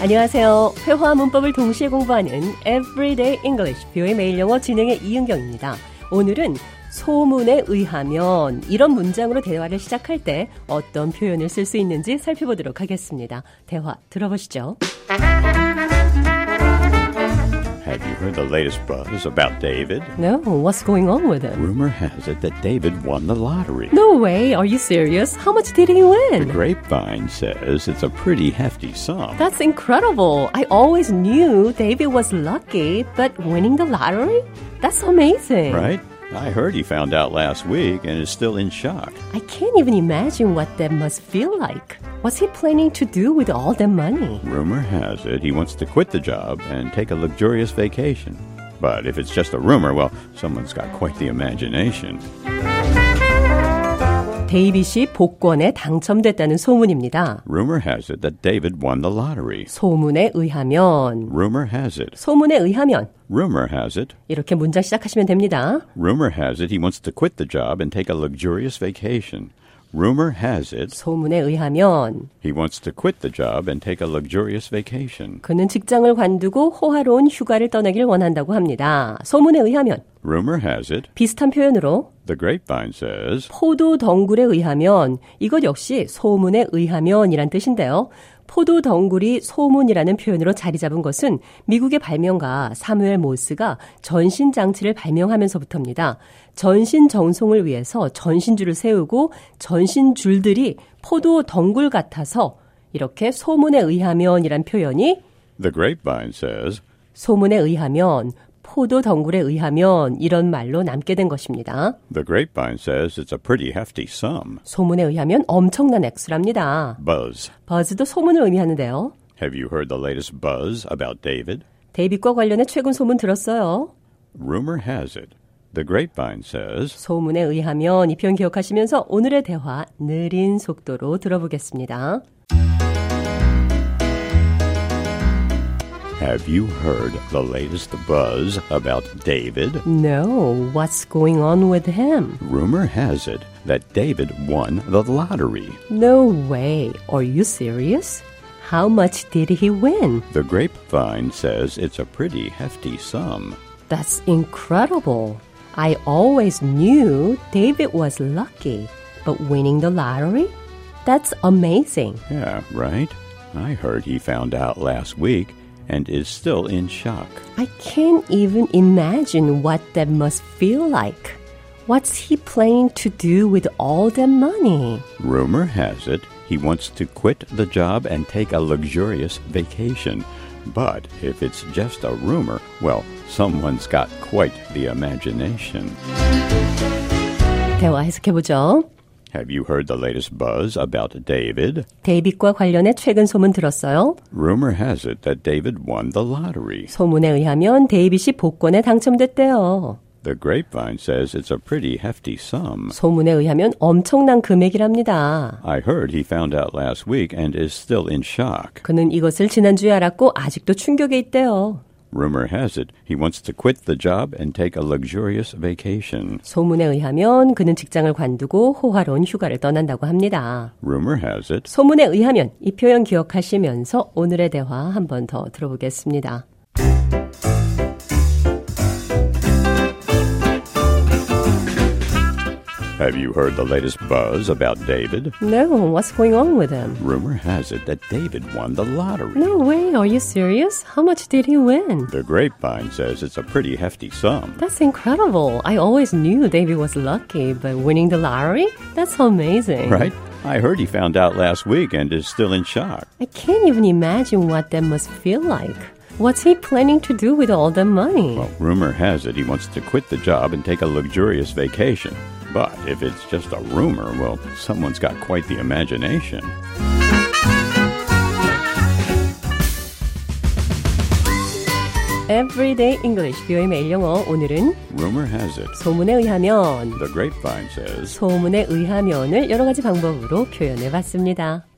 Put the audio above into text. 안녕하세요. 회화와 문법을 동시에 공부하는 Everyday English, 뷰의 매일 영어 진행의 이은경입니다. 오늘은 소문에 의하면 이런 문장으로 대화를 시작할 때 어떤 표현을 쓸 수 있는지 살펴보도록 하겠습니다. 대화 들어보시죠. Have you heard the latest buzz about David? No, what's going on with him? Rumor has it that David won the lottery. No way, are you serious? How much did he The win? grapevine says it's a pretty hefty sum. That's incredible. I always knew David was lucky, but winning the lottery? That's amazing. right? I heard he found out last week and is still in shock. I can't even imagine what that must feel like. What's he planning to do with all that money? Rumor has it he wants to quit the job and take a luxurious vacation. But if it's just a rumor, well, someone's got quite the imagination. 데이빗이 복권에 당첨됐다는 소문입니다. Rumor has it that David won the lottery. 소문에 의하면, Rumor has it. 소문에 의하면, Rumor has it. 이렇게 문장 시작하시면 됩니다. Rumor has it he wants to quit the job and take a luxurious vacation. Rumor has it 소문에 의하면, He wants to quit the job and take a luxurious vacation. 그는 직장을 관두고 호화로운 휴가를 떠나길 원한다고 합니다. 소문에 의하면, Rumor has it, 비슷한 표현으로, the grapevine says, 포도 덩굴에 의하면 이것 역시 소문에 의하면이란 뜻인데요. 포도 덩굴이 소문이라는 표현으로 자리 잡은 것은 미국의 발명가 사무엘 모스가 전신 장치를 발명하면서부터입니다. 전신 정송을 위해서 전신줄을 세우고 전신줄들이 포도 덩굴 같아서 이렇게 소문에 의하면이란 표현이 the grapevine says, 소문에 의하면 포도 덩굴에 의하면 이런 말로 남게 된 것입니다. the grapevine says it's a pretty hefty sum. 소문에 의하면 엄청난 액수랍니다. Buzz. 버즈도 소문을 의미하는데요. Have you heard the latest buzz about David? 데이빗과 관련해 최근 소문 들었어요. Rumor has it, the grapevine says, 소문에 의하면 이 표현 기억하시면서 오늘의 대화 느린 속도로 들어보겠습니다. Have you heard the latest buzz about David? No, what's going on with him? Rumor has it that David won the lottery. No way. Are you serious? How much did he win? The grapevine says it's a pretty hefty sum. That's incredible. I always knew David was lucky, but winning the lottery? That's amazing. Yeah, right? I heard he found out last week and is still in shock. I can't even imagine what that must feel like. What's he planning to do with all that money? Rumor has it he wants to quit the job and take a luxurious vacation. But if it's just a rumor, well, someone's got quite the imagination. 대화 해석해보죠. Have you heard the latest buzz about David? 데이빗과 관련해 최근 소문 들었어요. Rumor has it that David won the lottery. 소문에 의하면 데이빗이 복권에 당첨됐대요. The grapevine says it's a pretty hefty sum. 소문에 의하면 엄청난 금액이랍니다. I heard he found out last week and is still in shock. 그는 이것을 지난주에 알았고 아직도 충격에 있대요. Rumor has it he wants to quit the job and take a luxurious vacation. 소문에 의하면 그는 직장을 관두고 호화로운 휴가를 떠난다고 합니다. Rumor has it. 소문에 의하면 이 표현 기억하시면서 오늘의 대화 한 번 더 들어보겠습니다. Have you heard the latest buzz about David? No, what's going on with him? Rumor has it that David won the lottery. No way, are you serious? How much did he win? The grapevine says it's a pretty hefty sum. That's incredible. I always knew David was lucky, but winning the lottery? That's amazing. Right? I heard he found out last week and is still in shock. I can't even imagine what that must feel like. What's he planning to do with all that money? Well, rumor has it he wants to quit the job and take a luxurious vacation. But if it's just a rumor, well, someone's got quite the imagination. Everyday English, 뷰의 매일 영어. 오늘은 Rumor has it. 소문에 의하면, The grapevine says. 소문에 의하면을 여러 가지 방법으로 표현해 봤습니다.